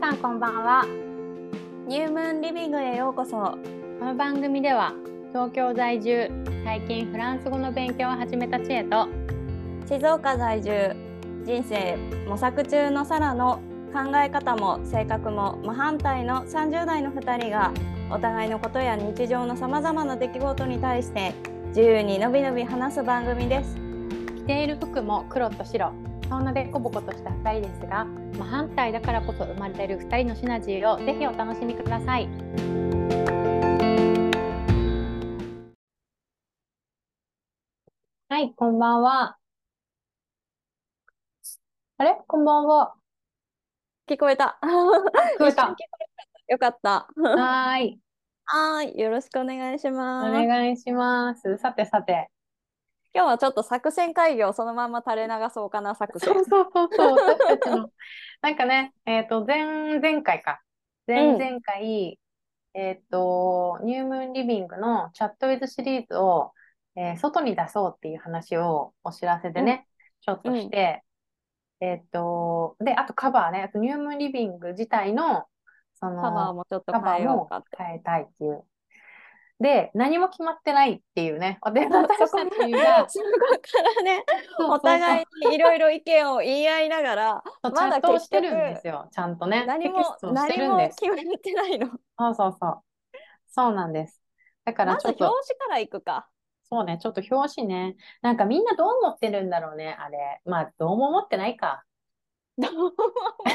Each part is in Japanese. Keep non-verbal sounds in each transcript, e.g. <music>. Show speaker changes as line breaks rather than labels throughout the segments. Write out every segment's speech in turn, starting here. さんこんばんは
ニュームーンリビングへようこそ
この番組では東京在住最近フランス語の勉強を始めた知恵と
静岡在住人生模索中のサラの考え方も性格も真反対の30代の2人がお互いのことや日常のさまざまな出来事に対して自由にのびのび話す番組です
着ている服も黒と白そんなでこぼことした2人ですが真反対だからこそ生まれている2人のシナジーをぜひお楽しみくださいはいこんばんはあれこんばんは
聞こえた <laughs>
聞こえた
よかった
はーい
はいよろしくお願いし
お
ます
願いしますさてさて
今日はちょっと作戦会議をそのまま垂れ流そうかな作
そ
戦
うそうそうそう、私たちの。 <laughs> なんかね、えっ、と、前、前回か。前
うん
々回、えっ、と、ニュームーンリビングのチャットウィズシリーズを、えー外に出そうっていう話をお知らせでね、ちょっとして、えっ、と、で、あとカバーね、あとニュームーンリビング自体の、その、
カバーもちょっと
カバ
変え
ー
よ
も
うかって
変えたいっていう。で、何も決まってないっていうね、私
そう
私たちが、
<laughs> そこからねお互いにいろいろ意見を言い合いながら
そう
ま
チャ
だ
ットをしてるんですよ、ちゃんとね。
何も
テキストをして
何
るん
も
です。
決まってないの
そうそうそう。そうなんです。だから
ま
ち
ず
ょっと、
表紙からいくか <laughs>
そうね、ちょっと表紙ね。なんかみんなどう思ってるんだろうね、あれ。まあ、どうも思ってないか。
どうも思っ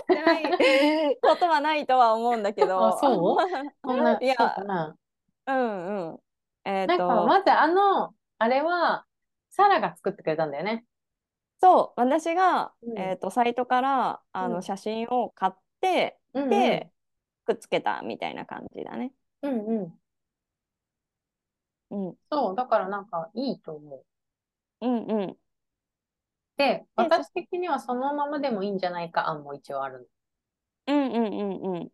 てない
<laughs>
ことはないとは思うんだけど
あ
<laughs>
そうそんな、
いや
そうかな。
うんうんえっ、
なん
と
か、まずあの、あれは、サラが作ってくれたんだよね。
そう私が、
うん
えっとサイトからあ
う
の
ん
写真を買って、
うんうん
で、くっつけたみたいな感じだね
うんうん。
うん
そう、だからなんかいいと思う。
うんうん
で、私的にはそのままでもいいんじゃないか案も一応ある
うんうんうんうん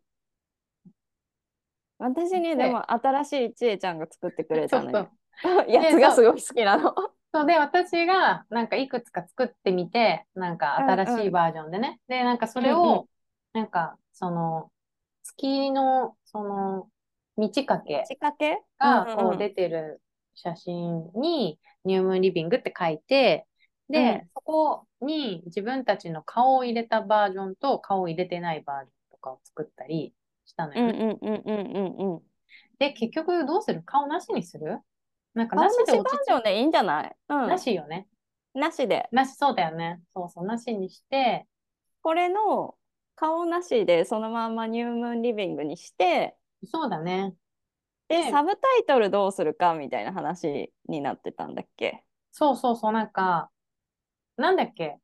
私
で
にでも新しいちえちゃんが作ってくれ
の。そ
た
う
の
そう
よ。 <laughs> やつがすごい好
<laughs>
きなの。
そうで、私がなんかいくつか作ってみて、なんか新しいバージョンでね。で、なんかそれ
うんう
を、なんかその、月の、その、満ち欠け
仕掛け
がこう
で、
出てる写真に、ニュームーンリビングって書いて、で、そこに自分たちの顔を入れたバージョンと顔を入れてないバージョンとかを作ったりしたの
うん
よ
う
ね。
んうんうんうんうん。
で、結局どうする顔なしにするなんかな
顔な
し
し
で
バー
落ち
ジョンでいいんじゃないうん。
なしよね。
なしで。
なし、そうだよね。そうそう、なしにして、
これの顔なしでそのまんまニュームーンリビングにして、
そうだね。
で、
ね
サブタイトルどうするかみたいな話になってたんだっけ
そうそうそう、なんか、なんだっけ。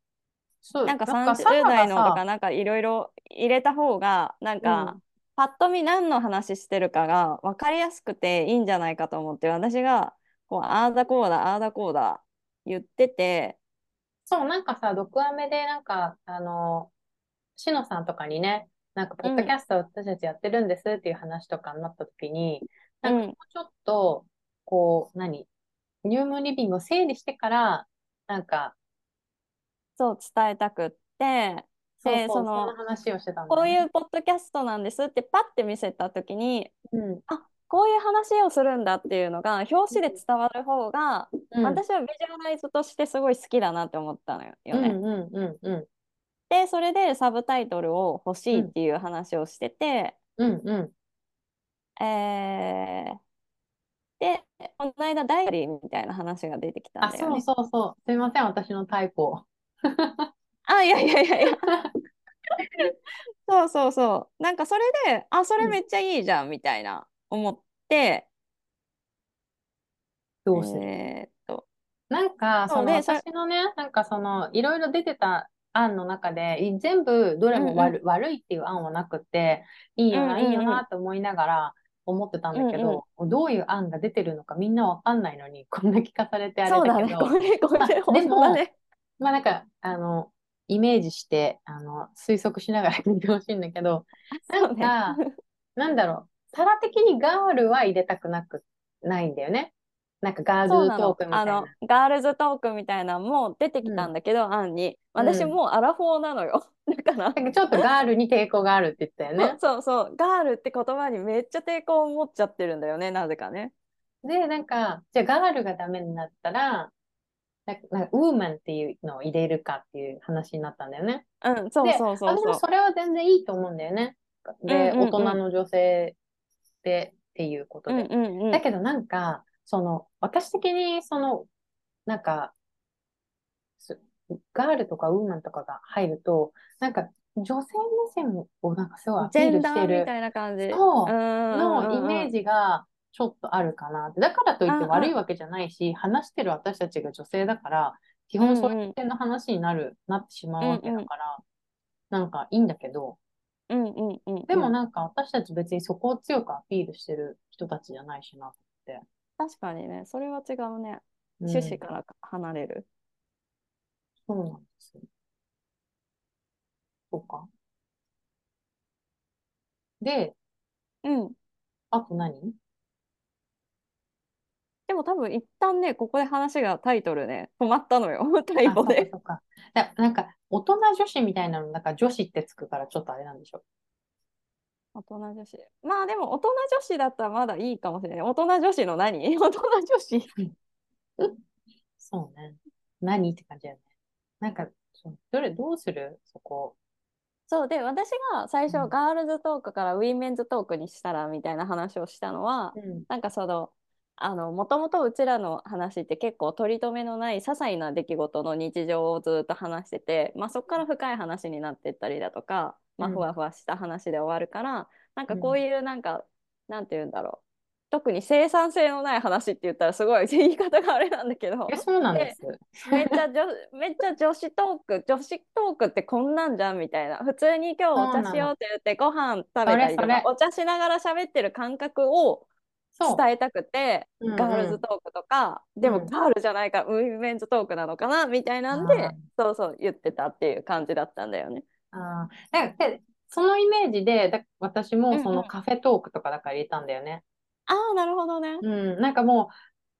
そう、
なんか
なんかサラ
30
が
代のと
さ
かなんかいろいろ入れた方が、なんか、パッと見何の話してるかが分かりやすくていいんじゃないかと思って、私がこう、ああだこうだ、ああだこうだ言ってて、
そう、なんかさ、毒アメで、なんか、あの、しのさんとかにね、なんか、ポッドキャスト私たちやってるんですっていう話とかになった時に、なんか
うん
もうちょっと、こう、何ニュームーンリビングを整理してから、なんか、
そう伝えたくって、
そうそ
で
う、
そ
そん
の
な話をしてたんだ
こ
よ
う
ね
いうポッドキャストなんですってパッて見せた時に
うん、
あこういう話をするんだっていうのが表紙で伝わる方が、
うん、
私はビジュアライズとしてすごい好きだなって思ったのよ
うん、
ね。
うん、うん、うん、
でそれでサブタイトルを欲しいっていう話をしてて、
うん、うん、
えーでこの間ダイアリーみたいな話が出てきたん
あ、
だ
そ
よ
う
ね。
そうそう、すいません、私のタイプを。
あいやいやいや
<laughs>
いやそうそうそうなんかそれであそれめっちゃいいじゃんみたいな思って、
どうする
えーっと
なんか、
そう
その
でそれ
私のね、なんかその、いろいろ出てた案の中で、い全部どれも悪、悪いっていう案はなくて、いいよな、
うんうんう
い
ん
いよなと思いながら思ってたんだけど、どういう案が出てるのかみんなわかんないのに、 <laughs> こんな聞かされてあれ
そうだ
だけ
ね
ど、
これこ
あ
れ
で
本当だね。
<laughs> まあなんか、あの、イメージして、あの、推測しながら聞いてほしいんだけど、
そうね
なんかなんだろう、皿的にガールは入れたくなく、ないんだよね。なんかガー
そう
ルズ
な
トー
の
クみた
あ
いな
の。ガールズトークみたいなのも出てきたんだけど、アンに
うん
私もうアラフォーなのよ <laughs> だから
なんかちょっとガールに抵抗があるって言ったよね。
そうそうガールって言葉にめっちゃ抵抗を持っちゃってるんだよねなぜかね
で、なんか、じゃあガールがダメになったら、なんか、なんかウーマンっていうのを入れるかっていう話になったんだよね。
うんそう
で
そうそう
あ、でも
そ
それは全然いいと思うんだよね。で、
うんうんうん
大人の女性でっていうこと
う
で。
うんうんうん
だけどなんか、その、私的に、その、なんか、すガールとかウーマンとかが入ると、なんか、女性目線をなんかすごいア
ジ
ピ
ェ
ー
ン
ル
ダ
して
ーみ
る
たいな感じ
そう
の
のイメー
ジ
ジがちょっとあるかなって。だからといっ
うんう
て
ん
悪いわけじゃないし、話してる私たちが女性だから、基本そういう点の話になる、なってしまうわけだから、なんかいいんだけど、
うんうんうん
でもなんか私たち別にそこを強くアピールしてる人たちじゃないしな。
確かにねそれは違うね
うん
趣旨から離れる、
そうなんですよ。そうか。で、
うん、
あと何
でも多分一旦ねここで話がタイトルね止まったのよ <laughs> タイ
あ、そ
語
うか
で
そうか。だなんか、大人女子みたいなの、なんか女子ってつくからちょっとあれなんでしょ
大人女子まあでも大人女子だったらまだいいかもしれない大人女子の <laughs> 何大人女子
そうね。何って感じだよね。なんか、そうどれ、どうするそこ。
そうで私が最
う
初
ん
ガールズトークからウィメンズトークにしたらみたいな話をしたのは
うん。
なんかそのあのもともとうちらの話って結構取り留めのない些細な出来事の日常をずっと話してて、まあ、そこから深い話になってったりだとか、まあ、
うん
ふわふわした話で終わるから、なんかこういうなんか、なんて言うんだろう特に生産性のない話って言ったらすごい <laughs> 言い方があれなんだけど
え、そうなんです。
めっちゃ女めっちゃ女子トーク女子トークってこんなんじゃんみたいな普通に今日お茶しようって言ってご飯食べたりと
それ
か
そ
お茶しながら喋ってる感覚を
そう。
伝えたくて。
うんうん
ガールズトークとか、で
う
も
ん
ガールじゃないからウィメンズトークなのかなみたいなんで、
あー
そうそう言ってたっていう感じだったんだよね。
あーなんかでそのイメージで、だ私
うんう
も
ん
そのカフェトークとかだから入れたんだよね。
ああなるほどね。
うん。なんかも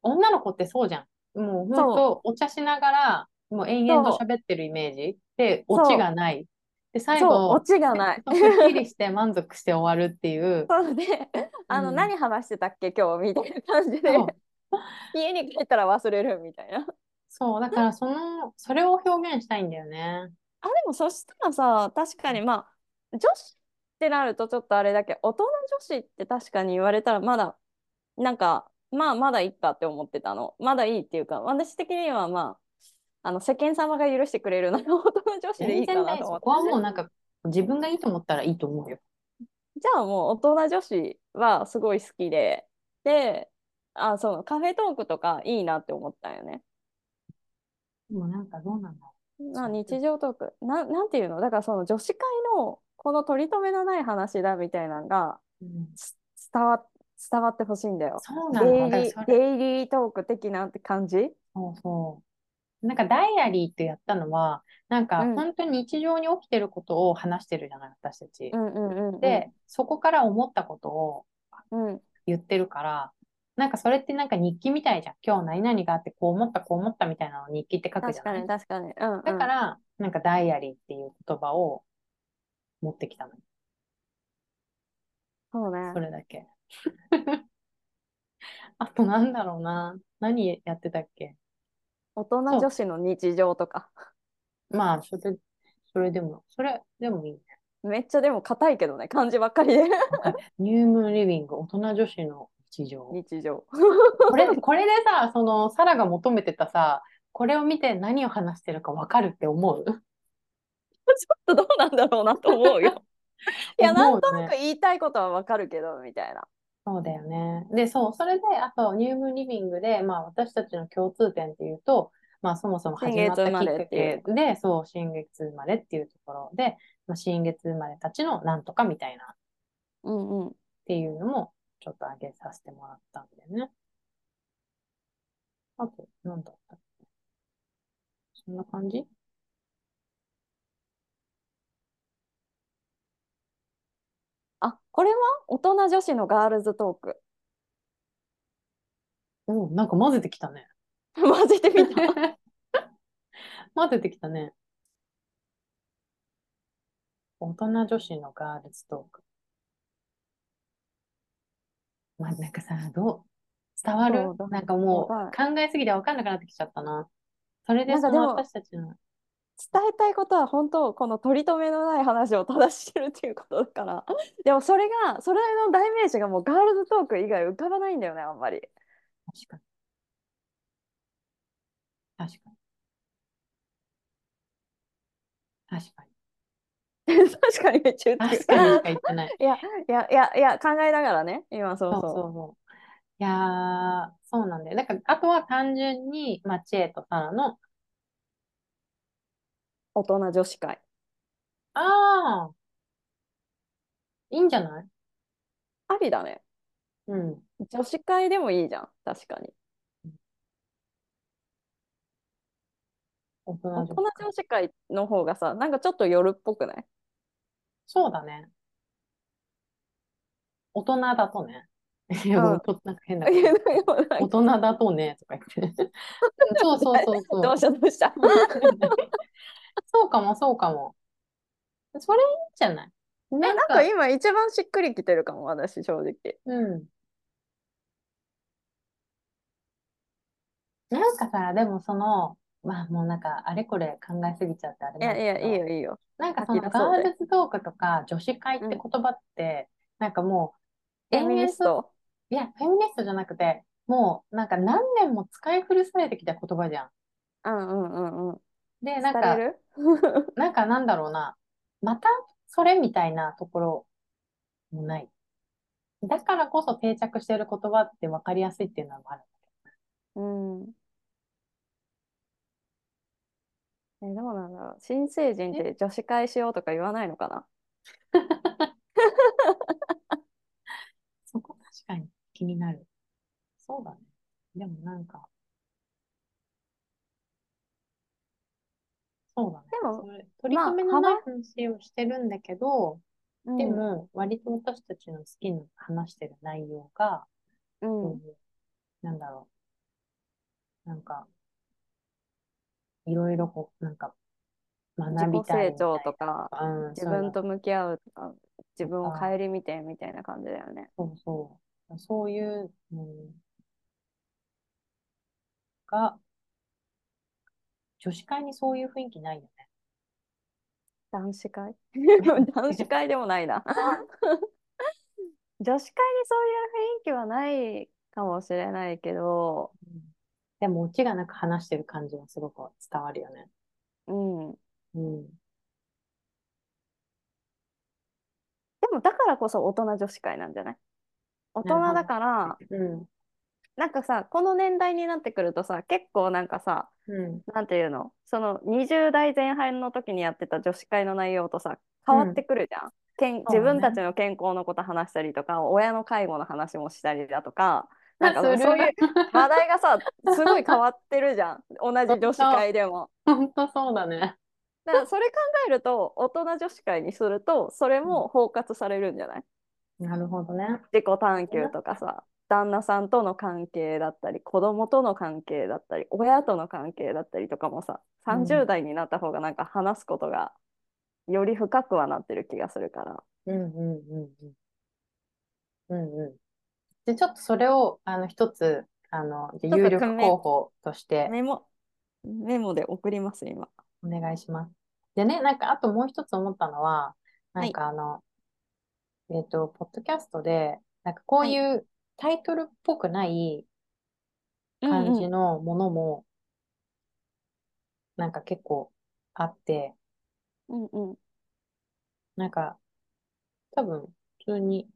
う、女の子ってそうじゃん。もう本当お茶しながら、もう延々と喋ってるイメージ。で、
そう
オチがない。で、最
そう
後、
オチがない。
すっきりして満足して終わるっていう。
そうで、あの、
うん
何話してたっけ今日みたいな感じで
そう
家に帰ったら忘れるみたいな。
そう、だからその、それを表現したいんだよね。
あでもそしたらさ確かにまあ女子ってなるとちょっとあれだけど大人女子って確かに言われたらまだなんかまあまだいいかって思ってたのまだいいっていうか私的にはまああの世間様が許してくれるなら大人女子で
全
いいか
然
な
大
と
丈夫。そ
思って
こはもうなんか、自分がいいと思ったらいいと思うよ。
じゃあもう大人女子はすごい好きでであそのカフェトークとかいいなって思ったよね。
でもなんかどうなんだろ
まあ、日常トークななんていうのだからその女子会のこの取り留めのない話だみたいなのが
う。うん、
つ伝わ伝わってほしいんだよ。
そう
デ
なの。だ
イ
から
リ
そ
ー
れ
デイリートーク的なって感じ
そうそう。なんかダイアリーってやったのは、なんか
うん
本当に日常に起きてることを話してるじゃない、私たち
う。んうんうん。
で、そこから思ったことを
うん、
言ってるから、なんかそれってなんか日記みたいじゃん。今日何々があってこう思った、こう思ったみたいなのを日記って書くじ
確
ゃな
か
い
に確かに。うんうん、
だから、なんかダイアリーっていう言葉を持ってきたの。
そ
そ
うね。
れだけ。 <laughs> あとなんだろうな。何やってたっけ
大人女子の日常とか。
まあ、それ、それでも、それでもいいね。
めっちゃでも硬いけどね、漢字ばっかりで。
ニュームーンリビング、大人女子の日常。
日常。
これ、これでさ、その、サラが求めてたさ、これを見て何を話してるかわかるって思う
ちょっとどうなんだろうなと思
<laughs>
うよ。いや、なん
思うね
となく言いたいことはわかるけど、みたいな。
そうだよね。で、そう、それで、あと、ニュームーンリビングで、まあ、私たちの共通点っていうと、まあ、そもそも始まったきっ
新月生まれ
か
ってい
けで、そう、新月生まれっていうところで、まあ、新月生まれたちのなんとかみたいなっ
うんうん。
ていうのも、ちょっと挙げさせてもらったんだよね。あと、なんだったっけそんな感じ
<laughs> あ、これは大人女子のガールズトーク。
うん、なんか混ぜてきたね。
混ぜてみた。
<laughs> 混ぜてきたね。大人女子のガールズトーク。まあ、なんかさ、どう伝わ
そ
る
うだ
なんかもう
や
考えすぎて分かんなくなってきちゃったな。それで
なんか
その
でも
私たちの。
伝えたいことは本当この取り留めのない話をただしてるっていうことだから <laughs> でもそれがそれの代名詞がもうガールズトーク以外浮かばないんだよねあんまり <laughs>
確かに。確かに。確かに。
確かにめっちゃ言っ
確かに
てる
しか言ってない。
いや <laughs> いやいやいや考えながらね今そう
そう
そう
そうそう。いやー、そうなんだよ。だから、あとは単純に、まあ、知恵とサラの、
大人女子会
ああ、いいんじゃない
ありだね
うん。
女子会でもいいじゃん確かに
大人
大
女
人
子会
女子会の方がさなんかちょっと夜っぽくない
そうだね。大人だとね。いや、
うん
おと <laughs> なんか変だ
<laughs>
けど大
ど
人だとね、とか言って。
<laughs>
そうそうそうそう
う。したどうした
<laughs> そうかも、そうかも。それいいんじゃないな
え
ん
なん
か、
か今一番しっくりきてるかも私正直
うん。なんかさ、でもその、まあもうなんか、あれこれ考えすぎちゃってあれ
い
なん
や
だ
い
け
や
ど
いいよいいよ
なんかその
吐き出
ガ
そうで
ールズトークとか女子会って言葉って、なんかもう、
フェミニス
延々と
ト
いや、フェミニストじゃなくて、もうなんか何年も使い古されてきた言葉じゃん。
うんうんうんうん
で、なん
さ
か、
れる
なんかなんだろうな、またそれみたいなところもない。だからこそ定着している言葉って分かりやすいっていうのもある。
うんえどうなんだろう新成人って女子会しようとか言わないのかな
そこ確かに気になる。そうだね。でもなんか、そうだね。
でも
それ取り留めのない話をしてるんだけど、で、も割と私たちの好きな話してる内容が、
うん
こういうなんだろう。なんか、いろいろこう、なんか、
自
学び
己
たい
成
みたい
長とか
な。うん、
自
そういう
分
の
と向き合うとか自分を
とか
顧みてみたいな感じだよね。
そうそう。そういうのが、女子会にそういう雰囲気ないよね。
男子会 <laughs> 男子会でもないな。女子会にそういう雰囲気はないかもしれないけど、
でも、オチがなく話してる感じはすごく伝わるよね。
うん、で
うん。
もだからこそ大人女子会なんじゃない大人だから
うん。
なんかさこの年代になってくるとさ結構なんかさ
うん。
なんていうのその20代前半の時にやってた女子会の内容とさ変わってくるじゃん。け
そ
ん
うね
自分たちの健康のこと話したりとか親の介護の話もしたりだとかなんか
<laughs> する
そういう話題がさすごい変わってるじゃん同じ女子会でも。
ほんとそうだね。
だからそれ考えると大人女子会にするとそれも包括されるんじゃない
なるほどね。
自己探求とかさ旦那さんとの関係だったり子供との関係だったり親との関係だったりとかもさ
うん
30代になった方がなんか話すことがより深くはなってる気がするから。
うんうんうんうん。うんうん。で、ちょっとそれを、あの、一つ、あの、
っと
有力
訓練
候補として
メモメモで送ります今。
お願いします。でね、なんか、あともう一つ思ったのは、なんかあの、えっと、ポッドキャストで、なんかこういうタイトルっぽくない感じのものも、なんか結構あって、
うんうんうん
なんか、多分、普通に、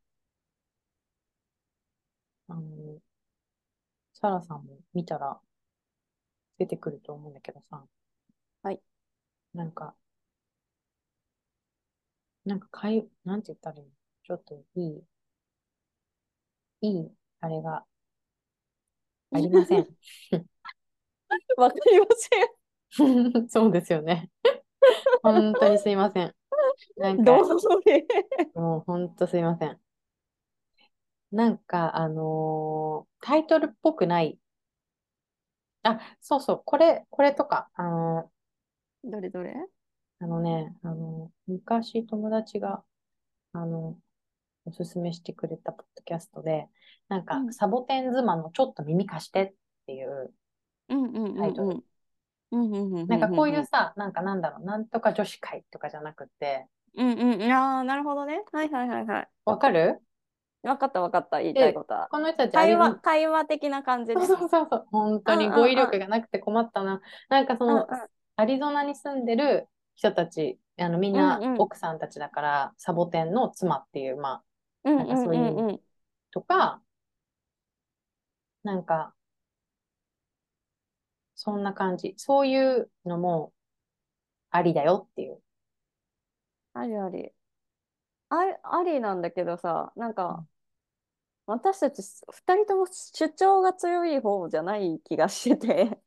あの、サラさんも見たら出てくると思うんだけどさ。
はい。
なんか、なんか、かい、なんて言ったらいいのちょっといい、いい、あれがありませ
<laughs>
ん。
わかりませ
そうですよね。 <laughs> 本当にすいません。なん
ん。
か
ど、うぞ。
もうほんとすいません。なんか、あのータイトルっぽくないあ、そうそう、これ、これとか、あの、
どれどれ
あのね、あの、昔友達が、あの、おすすめしてくれたポッドキャストで、なんか、
うん
サボテン妻のちょっと耳貸してっていう、
うんうんうん
タイト
うん。うんうんうんうん。
なんかこういうさ、なんかなんだろう、なんとか女子会とかじゃなくて、
うんうん。ああ、なるほどね。はいはいはいはい。
わかる
わかったわかった。言いたいことは。
この人たちあ
会
り
話、会話的な感じ
そう
ね。
そうそうそう、本当に
うんうんうん
語彙力がなくて困ったな。なんかその、アリゾナに住んでる人たち、あのみんな
うんうん
奥さんたちだから、サボテンの妻っていう、まあ、
うん
なんかそううんいう
うんうんうん。
とか、なんか、そんな感じ。そういうのもありだよっていう。
ありあり。あり、ありなんだけどさ、なん
う
か、私たち二人とも主張が強い方じゃない気がしてて、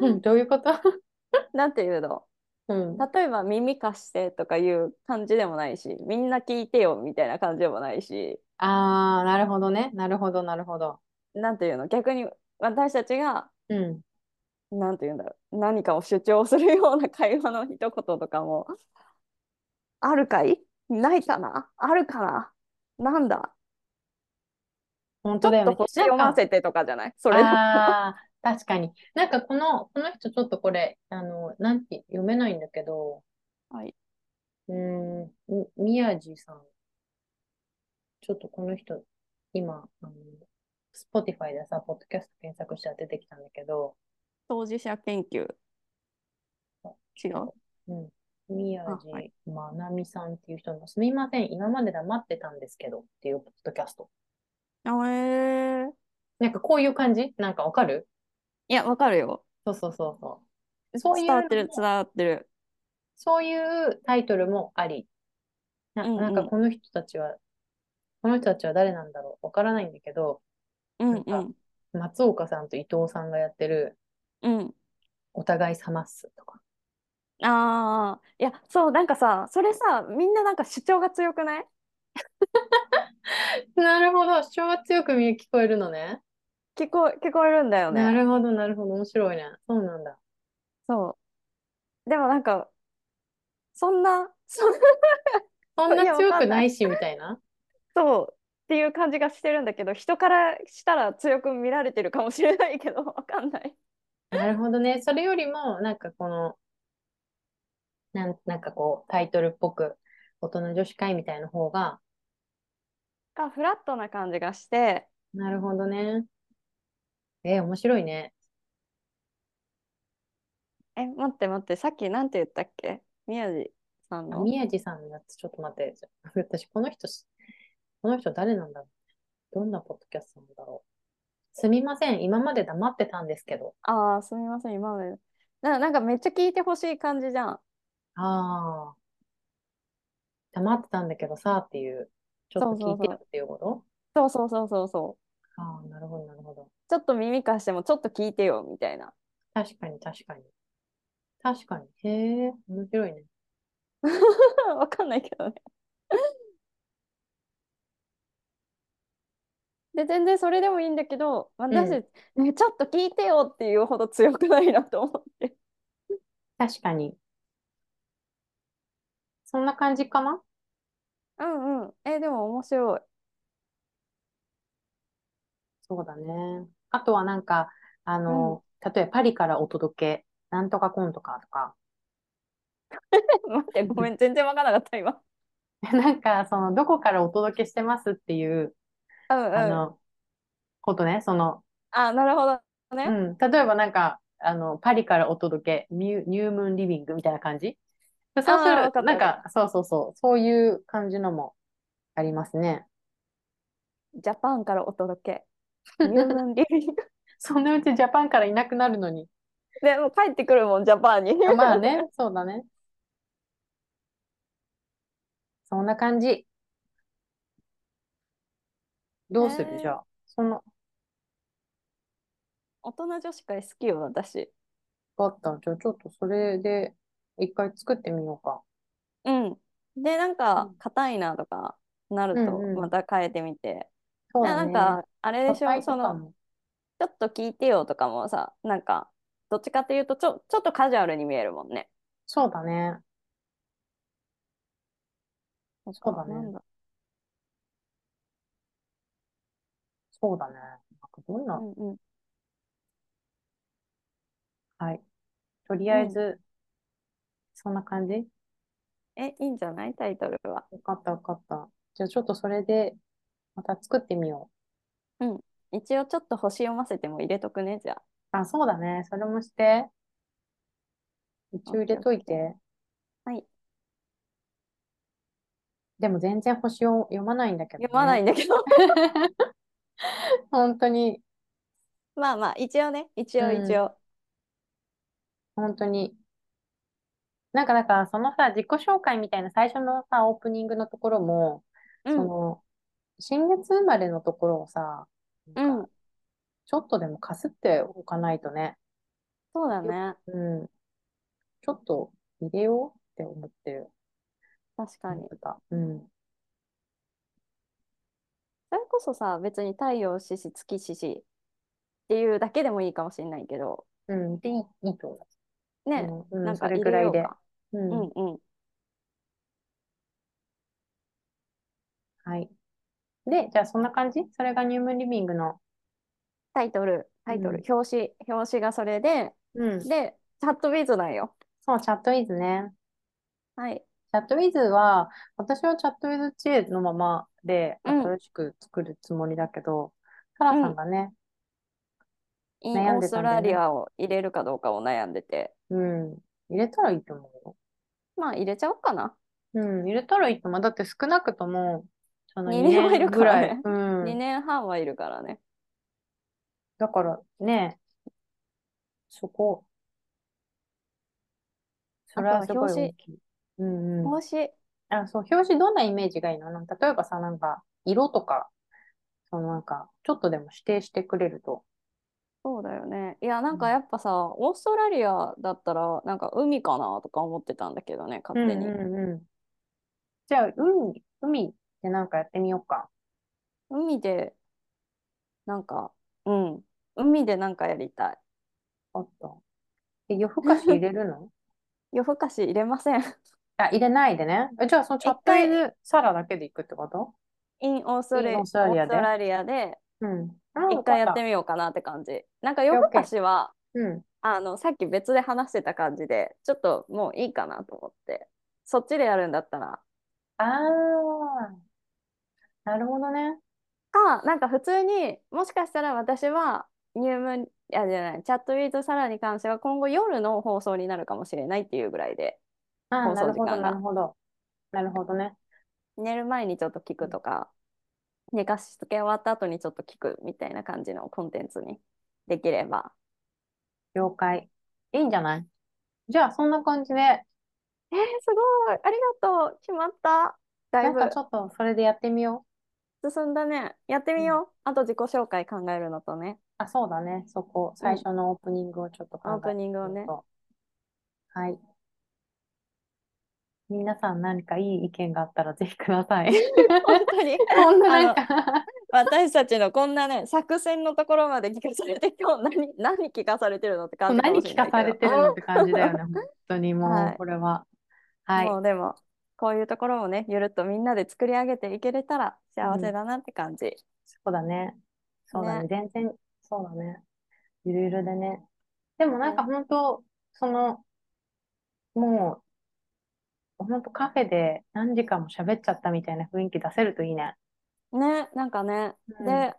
うん、どういうこと
<laughs> なんていうの
うん。
例えば耳貸してとかいう感じでもないし、みんな聞いてよみたいな感じでもないし、
ああ、なるほどね。なるほど、なるほど。
なんていうの逆に私たちが、
うん。
なんていうんだろう、何かを主張するような会話の一言とかも、あるかいないかなあるかななんだ
本
ち
当
ょっ
だよ
と
ね。
星
なん
読
か
ませてとかじゃないそれだ
ああ、確かに。なんかこの、この人ちょっとこれ、あの、なんて読めないんだけど、
はい。
うーん、み宮地さん。ちょっとこの人、今、あの、Spotify でさ、ポッドキャスト検索したら出てきたんだけど、
当事者研究。違う。
うん。宮
あは
地まなみさんっていう人の、すみません、今まで黙ってたんですけどっていうポッドキャスト。
あえー
なんかこういう感じなんかわかる
いや、わかるよ。
そうそうそうそう。そうい
伝
う
わ
の
ってる、伝
も、
わってる。
そういうタイトルもあり。な、
うんうん
なんかこの人たちは、この人たちは誰なんだろうわからないんだけど、
うん
なん
う
か
ん。
松岡さんと伊藤さんがやってる、
うん。
お互い様っすとか。
ああ、いや、そう、なんかさ、それさ、みんななんか主張が強くない
なるほど。主張が強く見え聞こえるのね。
聞こ、聞こえるんだよね。
なるほど、なるほど。面白いね。そうなんだ。
そう。でもなんか、そんな、そんな、
そんない
やわ
強
か
く
んない
ないし、みたいな。
そうっていう感じがしてるんだけど、人からしたら強く見られてるかもしれないけど、わかんない。
なるほどね。それよりも、なんかこの、なん、なんかこう、タイトルっぽく、大人女子会みたいな方が、
が、フラットな感じがして、
なるほどね。えー面白いね。
え、待って待って、さっきなんて言ったっけ宮地さん
あ
の。
宮地さんのやつ、ちょっと待って。私、この人し、この人誰なんだろう。どんなポッドキャストなんだろう。すみません。今まで黙ってたんですけど。
ああ、すみません、今まで。な、なんかめっちゃ聞いてほしい感じじゃん。
ああ。黙ってたんだけどさ、っていう。ちょっと聞いてよっていうこと
そうそうそうそうそう。
ああ、なるほど、なるほど。
ちょっと耳貸してもちょっと聞いてよ、みたいな。
確かに、確かに。確かに。へえ、面白いね。
<laughs> わかんないけどね。で、全然それでもいいんだけど、私、ね、ちょっと聞いてよっていうほど強くないなと思って。
確かに。そんな感じかな
うんうん。え、でも面白い。
そうだね。あとはなんか、あの、例えばパリからお届け、なんとかコントかとか、
<laughs>
<laughs>
待って、ごめん、全然わからなかった、今。
なんか、その、どこからお届けしてますっていう、
うんうん。
あの、ことね、その、
あ、なるほど
う
ね。
ん、例えばなんか、あの、パリからお届け、ニュー、ニュームーンリビングみたいな感じそうす
あ
る
ーわか
と、
った
なん
わ
か、そうそうそう、そういう感じのもありますね。
ジャパンからお <laughs> 届け。ニューンリビング。
そのうちジャパンからいなくなるのに。
でもう帰ってくるもん、ジャパンに。
まあ
<laughs>
ね、そうだね。そんな感じ。どうす
ね
る
え
じゃあ。その、
大人女子会好きよ、私。
わかった。じゃあちょっとそれで、一回作ってみようか。
うん。で、なん
う
か
ん、
硬いなとかなると、
うんうん
また変えてみて。
そう
で
だ
な
ね。
んか、あれでし
初回
ょ、
とか
その、
も
ちょっと聞いてよとかもさ、なんか、どっちかっていうと、ちょ、ちょっとカジュアルに見えるもんね。
そうだね。
そう
そうだね
なんだ。
そうだね。なんかどん
う
な、
んうん。
はい。とりあえず、そんな感じ
え、いいんじゃないタイトルは。
よかった、よかった。じゃあちょっとそれで、また作ってみよ
一応ちょっと星読ませても入れとくね、じゃあ。
う。あ、そうだね。それもして。一応入れといて。
はい。
でも全然星を読まないんだけど、。
読まないいんだけど。 <laughs>
本当に、
まあまあ、一応ね。一応
うん
一応。
本当に。なんか、だから、そのさ、自己紹介みたいな最初のさ、オープニングのところも、
う
そ
ん。
の、新月生まれのところをさ、
う
なん
ん
か、ちょっとでもかすっておかないとね、
そうだね。
うん、ちょっと入れようって思ってる。
確かに。
た。うん。
それこそさ、別に太陽獅子、月獅子っていうだけでもいいかもしれないけど、
うん、で、いいいいと思う。
ね、
うん、
な
うんん、
か
それ
入
ぐ
れ
らい
よ
うで。
か。
う
うん
ん、
うん。
はい。で、じゃあそんな感じそれがニュームンリビングの。
タイトル、タイトル、
う
表紙、表紙がそれで、
うん。
で、チャットビーズなんよ。
そう、チャットイズね。
はい。
チャットイズは、私はチャットイズ知恵のままで
うん
新しく作るつもりだけど、サラさんがね、
イン
悩ん
オー
で
ス
た
ト
んだ
ラ
よね
リアを入れるかどうかを悩んでて、
うん、入れたらいいと思うよ。
まあ入れちゃおうかな。
うん、入れたらいいと思う。だって少なくとも、その
二
2
年はいる
年ぐら
からね
い。うん。
2年半はいるからね。
だからね、そこ、それはすごい大きい。うんうん。
もし、
あ、そう、表紙どんなイメージがいいのなんか例えばさ、なんか、色とか、そのなんか、ちょっとでも指定してくれると。
そうだよね。いや、なんかやっぱさ、オーストラリアだったら、なんか海かなとか思ってたんだけどね、勝手に。
うんうんうん。じゃあ、海、海でなんかやってみようか。
海で、なんか、うん、海でなんかやりたい。
おっと。で夜更かし入れる <laughs> の
夜更かし入れ
<laughs>
ません。
あ、入れないでね。えじゃあ、そのチャットイズサラだけで行くってこと
インオーストラ
In オーストラリアで
オーストラリアで
うん。あ
一回やって
み
みようかなって感じ。なんか夜更かしは、
うん。
あの、さっき別で話してた感じで、ちょっともういいかなと思って。そっちでやるんだったら。
ああ、なるほどね。
か、なんか普通にもしかしたら私は入門、いやじゃない、チャットウィズサラに関しては今後夜の放送になるかもしれないっていうぐらいで、
ああ、
放
なる
送時
ほど、
間が
なるほど。なるほどね。
寝る前にちょっと聞くとか、寝かしつけ終わった後にちょっと聞くみたいな感じのコンテンツにできれば。
了解。いいんじゃないじゃあ、そんな感じで、
えー、すごい、ありがとう、決まった。だ
ないんかちょっとそれでやってみよう。
ぶ進んだね。やってみよう。あと自己紹介考えるのとね。
あ、そうだね。そこ、最初のオープニングをちょっと考え
オープニングをね
てみようと。はい。皆さん何かいい意見があったらぜひください。
本当に
こんな
あ
な <laughs>
の
んか
私たちのこんなね作戦のところまで聞かされて今日何 <laughs> 何聞かされてるのって感じかも
何
しれ
聞
な
か
い
され
け
て
ど
るのって感じだよね。本当に
は
も、
いう
これは。はい。
もうでもこういうところをねゆるっとみんなで作り上げていけれたら幸せだなって感じ、
そうだね。そうだね。全然、そうだね。ゆるゆるでね。でもなんか本当、その、もう、本当カフェで何時間も喋っちゃったみたいな雰囲気出せるといいね。
ねなんかね、
うん
で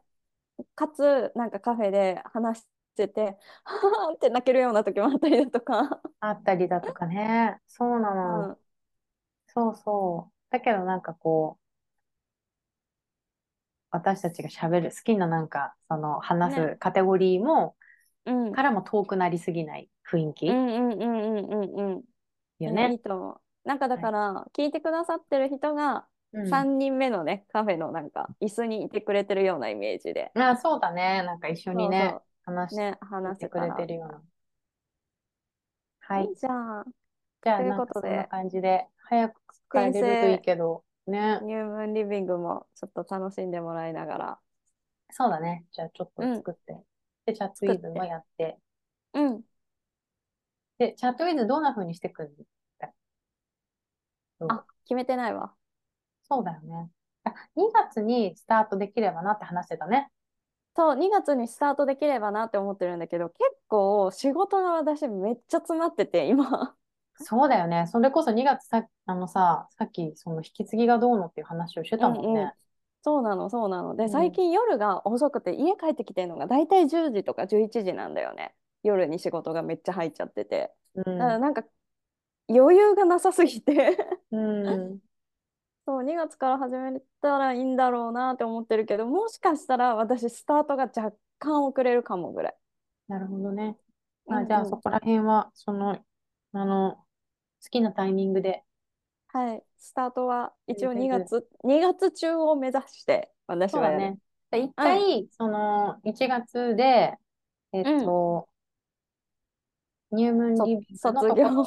かつなんかカフェで話して <laughs> て「はぁーって泣けるような時もあったりだとか、
あったりだとかね。そうな
う
の。
ん、
そうそう。だけどなんかこう、私たちが喋る好きななんか、その話
ね
すカテゴリーも、
うん
からも遠くなりすぎない雰囲気
う
よ
んうんうんうんうんうんい
ね。
いと思うなんかだから聞いてくださってる人が
うん。
3人目のね、カフェのなんか椅子にいてくれてるようなイメージで、
あ、そうだね。なんか一緒にね、
そう
話
そ
し
う
て
ね話
て
せ
く
た
れ
ら
てるような。はい。
じゃあ
じゃあ、
という
なん
こ
か
と
そ
で
んな感じで、早く帰れるといいけど、ね。
入門リビングもちょっと楽しんでもらいながら
そうだね。じゃあ、ちょっと
うん
作って。で、チャットウィズもやって。
うん。
で、チャットウィズどんな風にしてくるんだ
あ、決めてないわ。
そうだよね。あ、2月にスタートできればなって話してたね。
そう、2月にスタートできればなって思ってるんだけど、結構仕事の私めっちゃ詰まってて、今。 <laughs>
そうだよね。それこそ2月さ、あのさ、さっきその引き継ぎがどうのっていう話をしてたもん
うんうん
ね。
そうなの、そうなの。
う
で、
ん
最近夜が遅くて、家帰ってきてるのが大体10時とか11時なんだよね。夜に仕事がめっちゃ入っちゃってて。
う
だからなんか、余裕がなさすぎて
ん。うん。
そう、2月から始めたらいいんだろうなって思ってるけど、もしかしたら私、スタートが若干遅れるかもぐらい。
なるほどね。ま
う
あ、
ん
じゃ
う
あ
ん
そこら辺は、その、あの、好きなタイミングで。
はい、スタートは一応
全
2
然
月、2月中を目指して、私
そう
は
だ
やる。
ね。で一回、その、1月で、えっと、入門
そ
リビングの
卒
とこ
業
ろの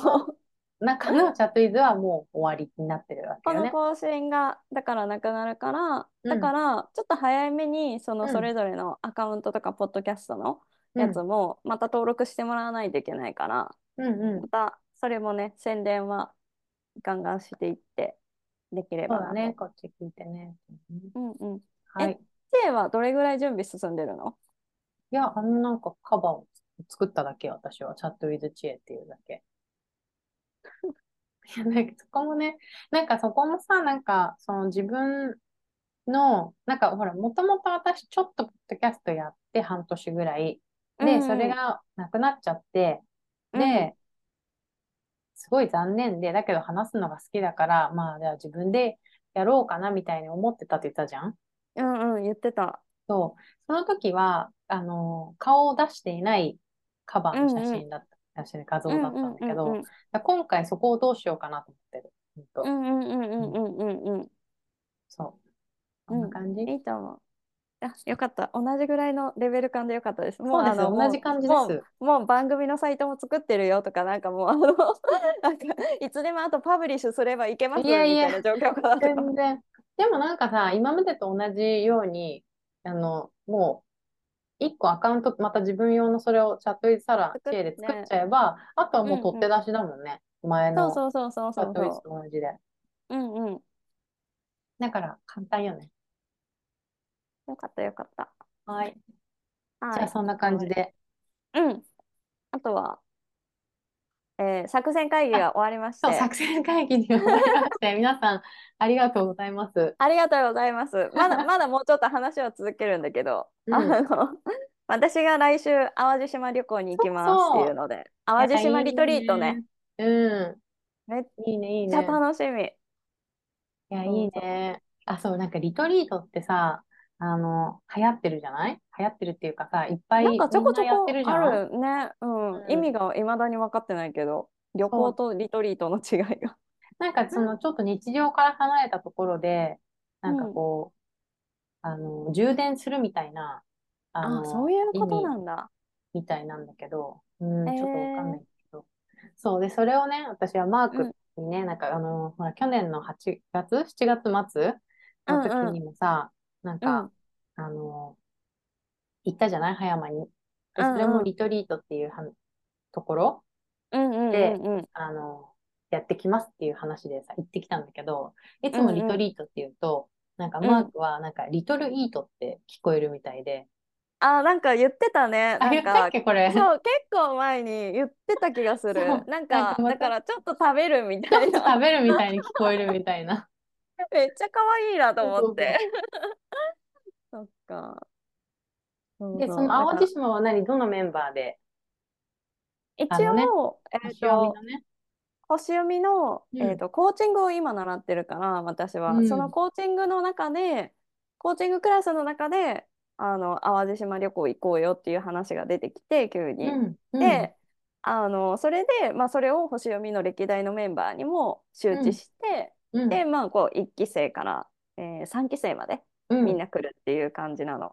中のチャットイズはもう終わりになってるわけ
こ
よ
の
ね。
更新がだからなくなるから、
うん
だからちょっと早めにその
うん
それぞれのアカウントとかポッドキャストの
う
や
ん
つもまた登録してもらわないといけないから、
うんうん。
またそれもね宣伝はガンガンしていってできれ
そ
ば
う
な
だ
と。
ね。こっち聞いてね。
うんうん。
はい。
J はどれぐらい準備進んでるの？
いや、あのなんかカバーを作っただけ、私は。チャットウィズ知恵っていうだけ。 <laughs> いや、なんかそこもね、なんかそこもさ、なんかその自分の、なんかほら、もともと私ちょっとポッドキャストやって半年ぐらい。
うんう
で、
ん
それがなくなっちゃって、
うん
で、すごい残念で、だけど話すのが好きだから、まあじゃあ自分でやろうかなみたいに思ってたって言ったじゃん
うんうん言ってた。
そう。その時は、あの、顔を出していないカバーの写真だった、写真画像だったんだけど、
うん
だ
う
か
ん
ら今回そこをどうしようかなと思ってる。ほんと
うんうんうんうんうんうんうん。
そう。こんな感じ。
いいと思う。あ、よかった。同じぐらいのレベル感でよかったです。も
そうです
あの
よ。
もう
同じ感じで
もう
す。
もう番組のサイトも作ってるよとか、なんかもう、 <laughs> あの、なんか、いつでもあとパブリッシュすればいけます
いやいや
みたいな状況かなと思
全
う。
然。でもなんかさ、今までと同じように、あの、もう、一個アカウント、また自分用のそれをチャットイズサラ、
作っ
チエで作っちゃえば、あとはもう取って出しだもんね。前
そ
の
うそうそうそう
チ
そ
ャッ
う
トイズ
そ
と同じで。
う。うんうん。
だから簡単よね。
よかったよかった。
はい。
はい。
じゃあそんな感じで。
うん。あとは、えー作戦会議が終わりまし
そう、
て、
作戦会議に終わりまして、皆さん、ありがとうございます。
ありがとうございます。
<laughs>
まだ、まだもうちょっと話は続けるんだけど、
うん
あの、私が来週、淡路島旅行に行きますっていうので、淡路島リトリートね、
いや。いいね
めっ
うん。いいね、いい
ちゃ
ね。
楽しみ。
いや、いいね。あ、そう、なんかリトリートってさ、あの、流行ってるじゃない流行ってるっていうかさ、いっぱい
なんかちょこちょ
みんなやっ
こ
てるじゃ
あ
ん。
るね。うん。
うん
意味がいまだに分かってないけど、旅行とリトリートの違いが。
なんかその、ちょっと日常から離れたところで、なんかこう、あの、充電するみたいな、あ
あ
の、
そういう
意
こと
味
なんだ。
みたいなんだけど、うん、
えー
ちょっとわかんないけど。そう、で、それをね、私はマークにね、なんかあの、ほら、去年の8月、7月末の
うんうん
時にもさ、なんか、あの、行ったじゃない葉山に。で、それ
うんう
も
ん
リトリートっていうはところ、
うんうんうんうん。
あの、やってきますっていう話でさ、行ってきたんだけど、いつもリトリートっていうと、なんかマークは、なんか、リトルイートって聞こえるみたいで。
あ、なんか言ってたね。
あ、
な
言
ん
った
か
っ、け、これ。
そう、結構前に言ってた気がする。
そう
なん
なん
か、
かま
だ
た
からちょっと食べるみ
ちょ
た
っ
い
と
な。
食べるみたいに聞こえるみたいな。
<laughs> めっちゃ可愛いなと思って。 <laughs> そっか。そう
で、
そう
その
だから
淡路島は何、どのメンバーで、あ
一
のね
応、えっ
星読み
と
の、ね。
星読みの、
うん
えっと、コーチングを今習ってるから、私は。
うん
そのコーチングの中で、コーチングクラスの中で、あの、淡路島旅行行こうよっていう話が出てきて、急に。
うん、
で、あの、それで、まあ、それを星読みの歴代のメンバーにも周知して、
うん、
で、まあ、こう、1期生から、え3期生まで
うん、
みんな来るっていう感じなの。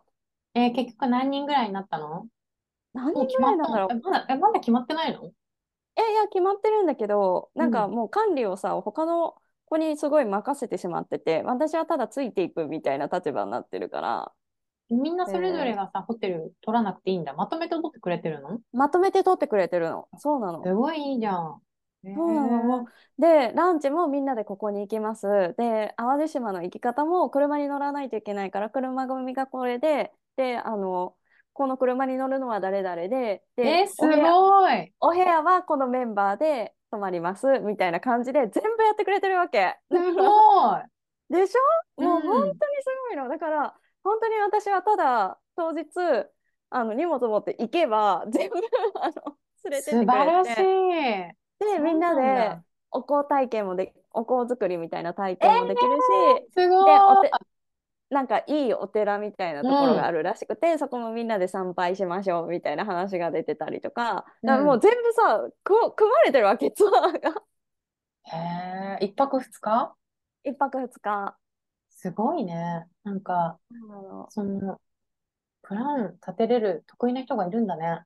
えー結局何人ぐらいになったの
何
もう
人
決
ぐ
ま
ら
っ
い
た
だか
の
ら、
え、まだ、え、まだ決まってないの
いやいや、決まってるんだけど、なんか
うん
もう管理をさ、他の子にすごい任せてしまってて、私はただついていくみたいな立場になってるから、
みんなそれぞれがさ、ホテル取らなくていいんだ。まとめて取ってくれてるの
まとめて取ってくれてるの。そうなの。
すごいいいじゃん。え
そうなのもうでランチもみんなでここに行きますで淡路島の行き方も車に乗らないといけないから車組がこれでであのこの車に乗るのは誰々で
え
で
ーす
お部屋
ごい。
お部屋はこのメンバーで泊まりますみたいな感じで全部やってくれてるわけ。 <laughs>
すごい。
でしょもううん本当にすごいの。だから本当に私はただ当日あの荷物持って行けば <laughs> 全部あの連れてって
素晴
くれ
ら
て
しい。
でみんな
そうな
で
んだ
お香体験もでお香作りみたいな体験もできるし、
すご
でお
い。
てなんかいいお寺みたいなところがあるらしくて、そこもみんなで参拝しましょうみたいな話が出てたりとか、だからもう全部さく組まれてるわけツアーが <laughs>
へえ、一泊二日
一泊二日。
すごいね。なんか、その、プラン立てれる得意な人がいるんだね。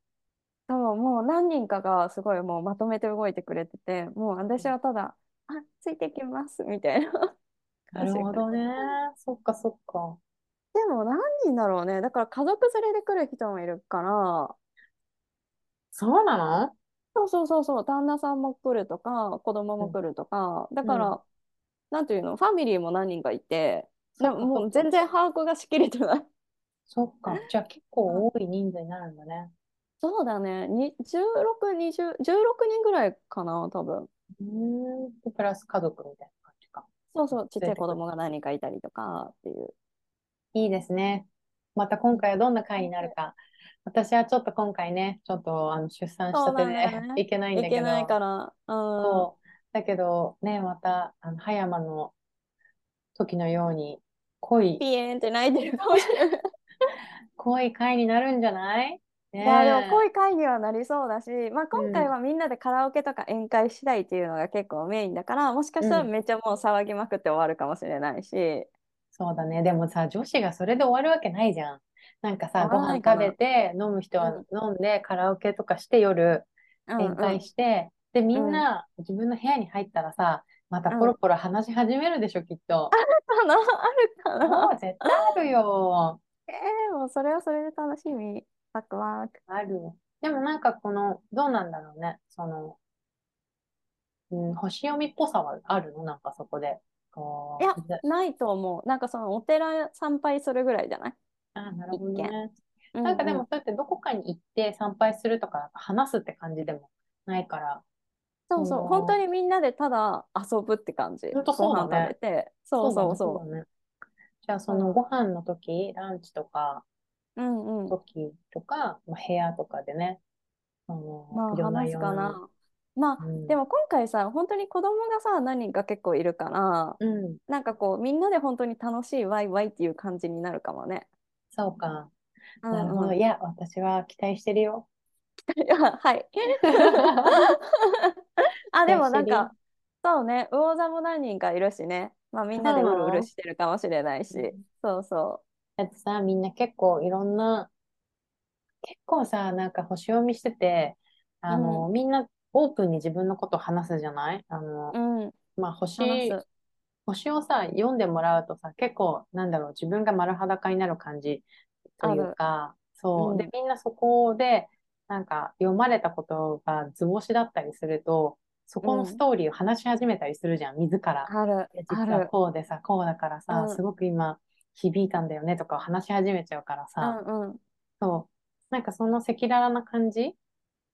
多分もう何人かがすごいもうまとめて動いてくれてて、もう私はただ、あ、ついてきますみたいな。 <laughs>
なるほどね。そっかそっか。
でも何人だろうね。だから家族連れで来る人もいるから、
そうなの
そうそうそうそう、旦那さんも来るとか、子供も来るとか、だから、
う
なんていうの、ファミリーも何人かいて、で
そっ
も
か
もう全然把握がしきれてない。 <laughs>
そっか。じゃあ結構多い人数になるんだね。
そうだね、に16、20、16人ぐらいかな、多分。
うーん。でプラス家族みたいな感じか。
そうそう、ちっちゃい子供が何人かいたりとかっていう。
いいですね。また今回はどんな回になるか。私はちょっと今回ね、ちょっとあの出産したて
そうなんだよね
でいけないんだ
い
け
け
ど。
ないから。うん。
そう。だけど、ね、また、あの、葉山の時のように、濃い、
ピエーンって泣いてるかもしれない。
濃い回になるんじゃないね
まあで
え
も <laughs> 濃い会にはなりそうだし、まあ、今回はみんなでカラオケとか宴会したいっていうのが結構メインだから、もしかしたら
うん
めっちゃもう騒ぎまくって終わるかもしれないし。
そうだね。でもさ、女子がそれで終わるわけないじゃん。なんかさ、
終
ご
わらな
飯
いか
食
な
べて、飲む人は飲んで、カラオケとかして、夜、
うんうん
宴会して、で、みんな、自分の部屋に入ったらさ、またポロポロ話し始めるでしょ、きっ
<laughs>
と。
かなあるか
も
な
う絶対あるよ。
えー、もうそれはそれで楽しみ。ワクワク。
あるよ。でもなんかこの、どうなんだろうね。その、うん、星読みっぽさはあるのなんかそこで。こう
いや
で
ないと思う。なんかそのお寺参拝するぐらいじゃない
あ、なるほど
一
ね。なんかでも、そうやってどこかに行って参拝するとか、話すって感じでもないから。
そうそう、
うん
本当にみんなでただ遊ぶって感じ。
ほんとそうだね
ご飯食べて。そうそうそ
だねだね。じゃあそのご飯の時、ランチとか、
う。うんうん。
時とか、まあ、部屋とかでね。あの
まあ
いろんな
話すかな。まあ、
いろんな
でも今回さ、本当に子供がさ、何人か結構いるから、
うん、うん、
なんかこう、みんなで本当に楽しいワイワイっていう感じになるかもね。
そうか。
うん
なるほ
う
ど。
ん。
いや、私は期待してるよ。
<laughs> はい。あ、でもなんか、そうね、魚座も何人かいるしね。まあみんなでうるうるしてるかもしれないし。そうそ
だってさ、みんな結構いろんな、結構さ、なんか星読みしてて、あの、みんなオープンに自分のこと話すじゃないあの
う。、うん。
まあ、星、
話す。
星をさ、読んでもらうとさ、結構、なんだろう、自分が丸裸になる感じというか、そう、
うん
で、みんなそこで、なんか、読まれたことが図星だったりすると、そこのストーリーを話し始めたりするじゃん、自ら。
ある
いや、
あ
実は
る。
こうでさ、こうだからさ、
うん
すごく今響いたんだよねとかを話し始めちゃうから
う
さ、
んうん。
そう、なんかその赤裸々な感じ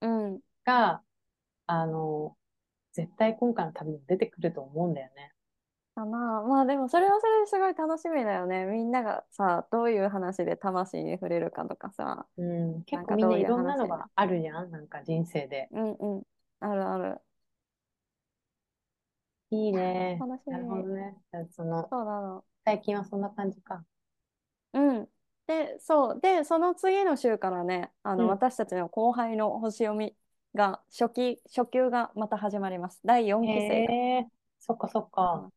うん。
が、あの、絶対今回の旅にも出てくると思うんだよね。
かな。まあでもそれはそれですごい楽しみだよね。みんながさ、どういう話で魂に触れるかとかさ。
うん、
な
結
ん
構
か
みん
ど
な
ういう
いろんな
話
のがあるじゃん、なんか人生で。
うんうん。あるある。
いいね。
楽しみ。
なるほどね。その、
そうなの。
最近はそんな感じか。
うん。で、そう。で、その次の週からね、あの、
うん
私たちの後輩の星読みが、初期、初級がまた始まります。第4期生が。
へえ、そっかそっか。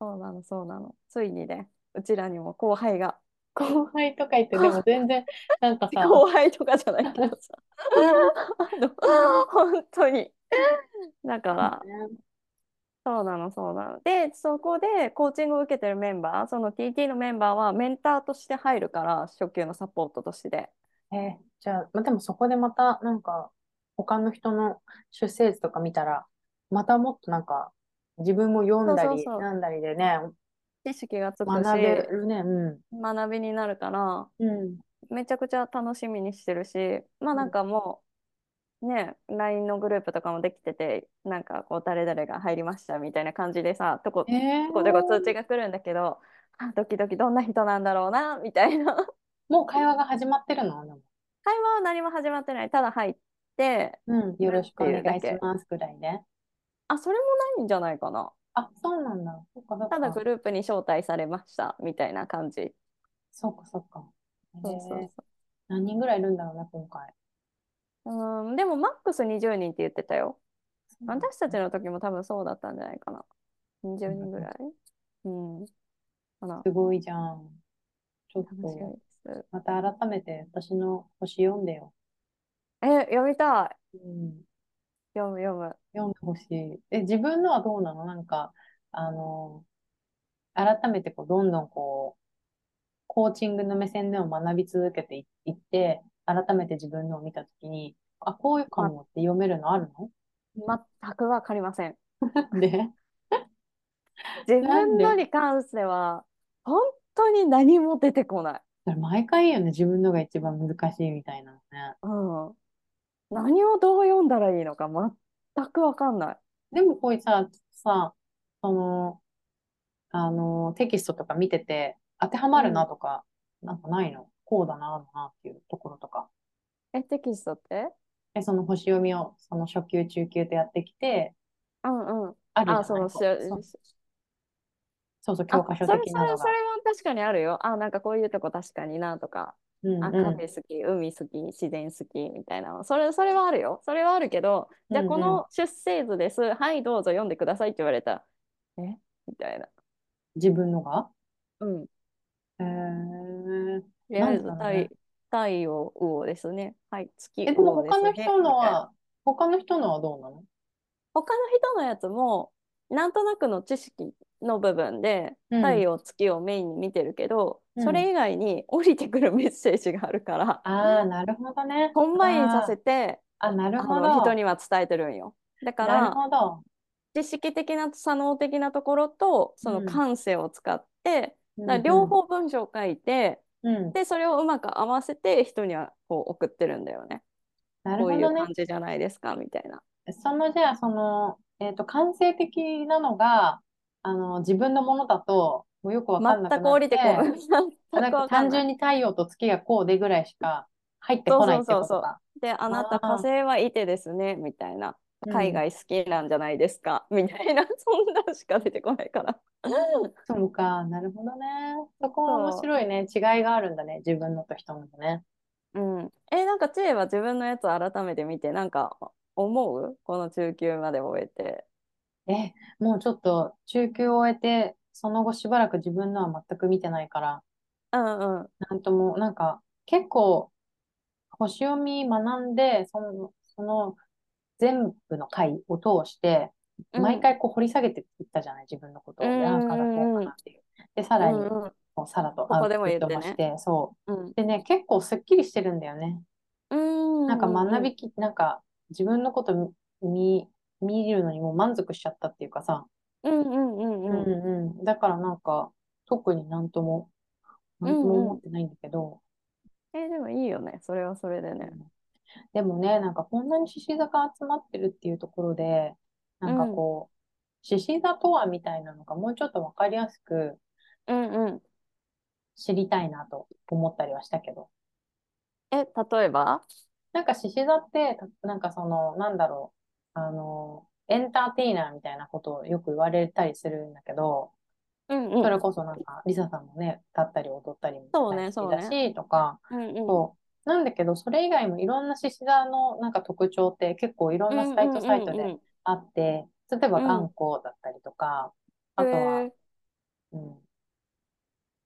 そうなの、そうなの。ついにね、うちらにも後輩が、
後輩とか言って、でも全然、なんかさ、
後輩とかじゃないけど
<laughs>
さ。あの、本当に。だから、
ね
そうなの、そうなの。で、そこでコーチングを受けてるメンバー、その TT のメンバーはメンターとして入るから、初級のサポートとして。
えーじゃあ、まあ、でもそこでまた、なんか、他の人の出生図とか見たら、またもっとなんか、自分も読んだ
そう
り、
そうそう
なんだりでね、
知識がつく
学べ
し、
るね。う
学びになるから、
ん。うん。
めちゃくちゃ楽しみにしてるし、まあなんかもう、ね、LINE のグループとかもできてて、なんかこう、誰々が入りましたみたいな感じでさ、とこ、
えー
とこちょこ通知が来るんだけど、あ、ドキドキどんな人なんだろうな、みたいな。 <laughs>
もう会話が始まってるのでも
会話は何も始まってない。ただ入って、
うん、よろしくお願い
なんていうだけ
しますぐらいね。
あ、それもないんじゃないかな。
あ、そうなんだ。そっかそった
だ
か
グ。ループに招待されました、みたいな感じ。
そっかそっか。
そうそう
えー
そ
何人ぐらいいるんだろうね、今回。
う。うん、でもマックス20人って言ってたよ。私たちの時も多分そうだったんじゃないかな。20人ぐらい。うん。かな。
すごいじゃん。ちょっ
楽し
と、
みです。
また改めて私の星読んでよ。
え、読みたい。
うん。
読む読む。
読んでほしい。え、自分のはどうなのなんか、あの、改めてこう、どんどんこう、コーチングの目線でも学び続けていいって、改めて自分のを見たときに、あ、こういうかもって読めるのある
全くわかりません。
の <laughs> で、
自
なん
分
で
のに関しては、本当に何も出てこない。
それ毎回いいよね。自分のが一番難しいみたいなのね。
うん。何をどう読んだらいいのか全くわかんない。
でもこういうさ、さ、その、あの、テキストとか見てて、当てはまるなとか、なんかないのこうだな、だなっていうところとか。
え、テキストって
で、その星読みを、その初級、中級とやってきて、
うんうん。
あるじゃ
あ、
ない
その
こ
し
うそうそうそう、教科書
あそれ
的
そ
な
れ
の
そ
が
れ。は確かにあるよ。あ、なんかこういうとこ確かになとか、
うん
あ、
うん
カフェ好き、海好き、自然好きみたいなの。それ、それはあるよ。それはあるけど、じゃあ
うんうん
この出生図です。はい、どうぞ読んでくださいって言われたら。えみたいな。
自分のが
うん。
へー
とりあえず
なんだろうね
太、太陽魚ですね。はい、月
え、でも
魚です
他の人の
ね。みたいな
は、他の人のはどうなの
他の人のやつも、なんとなくの知識の部分で、
うん
太陽、月をメインに見てるけど、
うん
それ以外に降りてくるメッセージがあるから、
ああ、なるほどね。
コンバインさせて、
あ、なる
あ
ほ
の
ど。
人には伝えてるんよ。だか
なる
ら、
ほど。
知識的な、左脳的なところと、その
うん
感性を使って、
うん
だから両方文章を書いて、
うん、うん
で、それをうまく合わせて人にはこう送ってるんだよね。
なる
こう
ほ
いう
どね
感。じじゃないですか、みたいな。
そのじゃあ、その、えっと、感性的なのが、あの、自分のものだと、もうよくわかんなく
全く
な
降
っ
りてこ
て、
ない。
<laughs> なん
全く
か
わかん
単
ない。
純に太陽と月がこうでぐらいしか入ってこないってことか。
で、 <laughs> あなた
あ
火
ー
星はいてですね、みたいな。
うん
海外好きなんじゃないですか、みたいな、 <laughs> そんなんしか出てこないから。
そうか、なるほどね。そこは面白いね。違いがあるんだね。自分のと人のとね。
うん。え、なんか、知恵は自分のやつ改めて見て、なんか、思うこの中級まで終えて。
え、もうちょっと中級を終えて、その後しばらく自分のは全く見てないから、
うんうん。
なんとも、なんか、結構、星読み学んで、その、その、全部の回を通して、
うん
毎、回こう掘り下げていったじゃない、自分のことを。
うんうんうん
ああかなこうかなっていう。で、さらに、
うんうん
こう、さらと
ここでも言ってね
アウトプットもして、そう。
うん。
でね、結構すっきりしてるんだよね。
うん。
なんか学びき、なんか自分のこと見、見見るのにもう満足しちゃったっていうかさ。
うんうん
う
うんうん
ん
うん。
うん。だからなんか、特になんとも、なんとも思ってないんだけど。
え、でもいいよね。それはそれでね。
でもね、なんかこんなに獅子座が集まってるっていうところで、なんかこう、獅子座とはみたいなのがもうちょっとわかりやすく
うんうん。
知りたいなと思ったりはしたけど。
え、例えば
なんか獅子座って、たなんかその、なんだろう、あの、エンターテイナーみたいなことをよく言われたりするんだけど、
うんうん。
それこそなんか、リサさんもね、歌ったり踊ったりも
そうね
大好きだ
そう
し、とか、
うんうん。
そう。なんだけど、それ以外もいろんな獅子座のなんか特徴って結構いろんなサイトサイト
うんうんうんう
で
ん
あって、例えば
うん
頑固だったりとか、あと
へ
は
ー、
うん、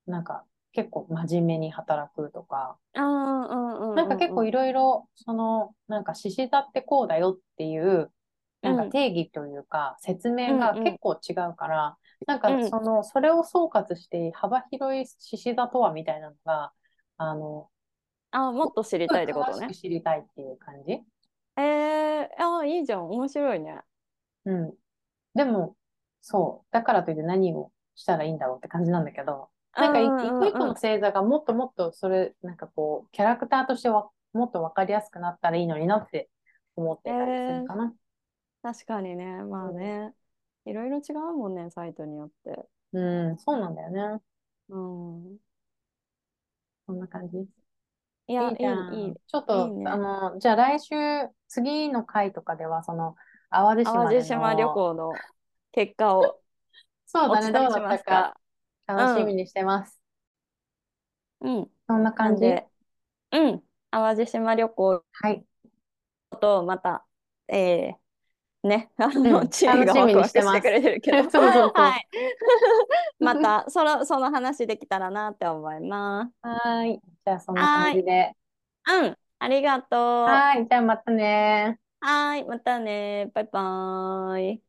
なんか結構真面目に働くとか、
あーうんうんうんうん
なんか結構いろいろ、その、なんか獅子座ってこうだよっていうなんか
うん
定義というか、説明が
うんうん
結構違うから、
う
なん
ん
かその、それを総括して幅広い獅子座とはみたいなのが、あの、
あもっと知りたいってこと
詳
ね
しく。知りたいっていう感じ。
えー、あいいじゃん面白いね。
うん。でも、そう。だからといって何をしたらいいんだろうって感じなんだけど、なんかい
うんうんうん
一個一個の星座がもっともっとそれ、なんかこう、キャラクターとしてはもっとわかりやすくなったらいいのになって思ってたりするかな。
確かにねまあね、いろいろ違うもんねサイトによって。
うん、そうなんだよね。
うん、
そんな感じ。
いやい
いいじゃん
いいい
ちょっ
いい
と、
ね
あの、じゃあ来週、次の回とかでは、その、淡路島
淡
で
路島旅
の、
行の結果を
そう
お
だ
伝
ね、
え
どう
し
だっ
ます
た
か
か、楽しみにしてます。
うん、
そんな感
なん
じ。
で、うん、淡路島旅行
はい。
とまた、えー、ね、あの、
うん
チーがワクワクしてくれてるけど、
楽しみにしてます <laughs> そうそうそう
はい。 <laughs> また、その、その話できたらなって思いま
はーい。じゃあ、そんな感じで。
す。うん、ありがとう。
はーい。じゃあ、またねー。
はい、またね、バイバーイ。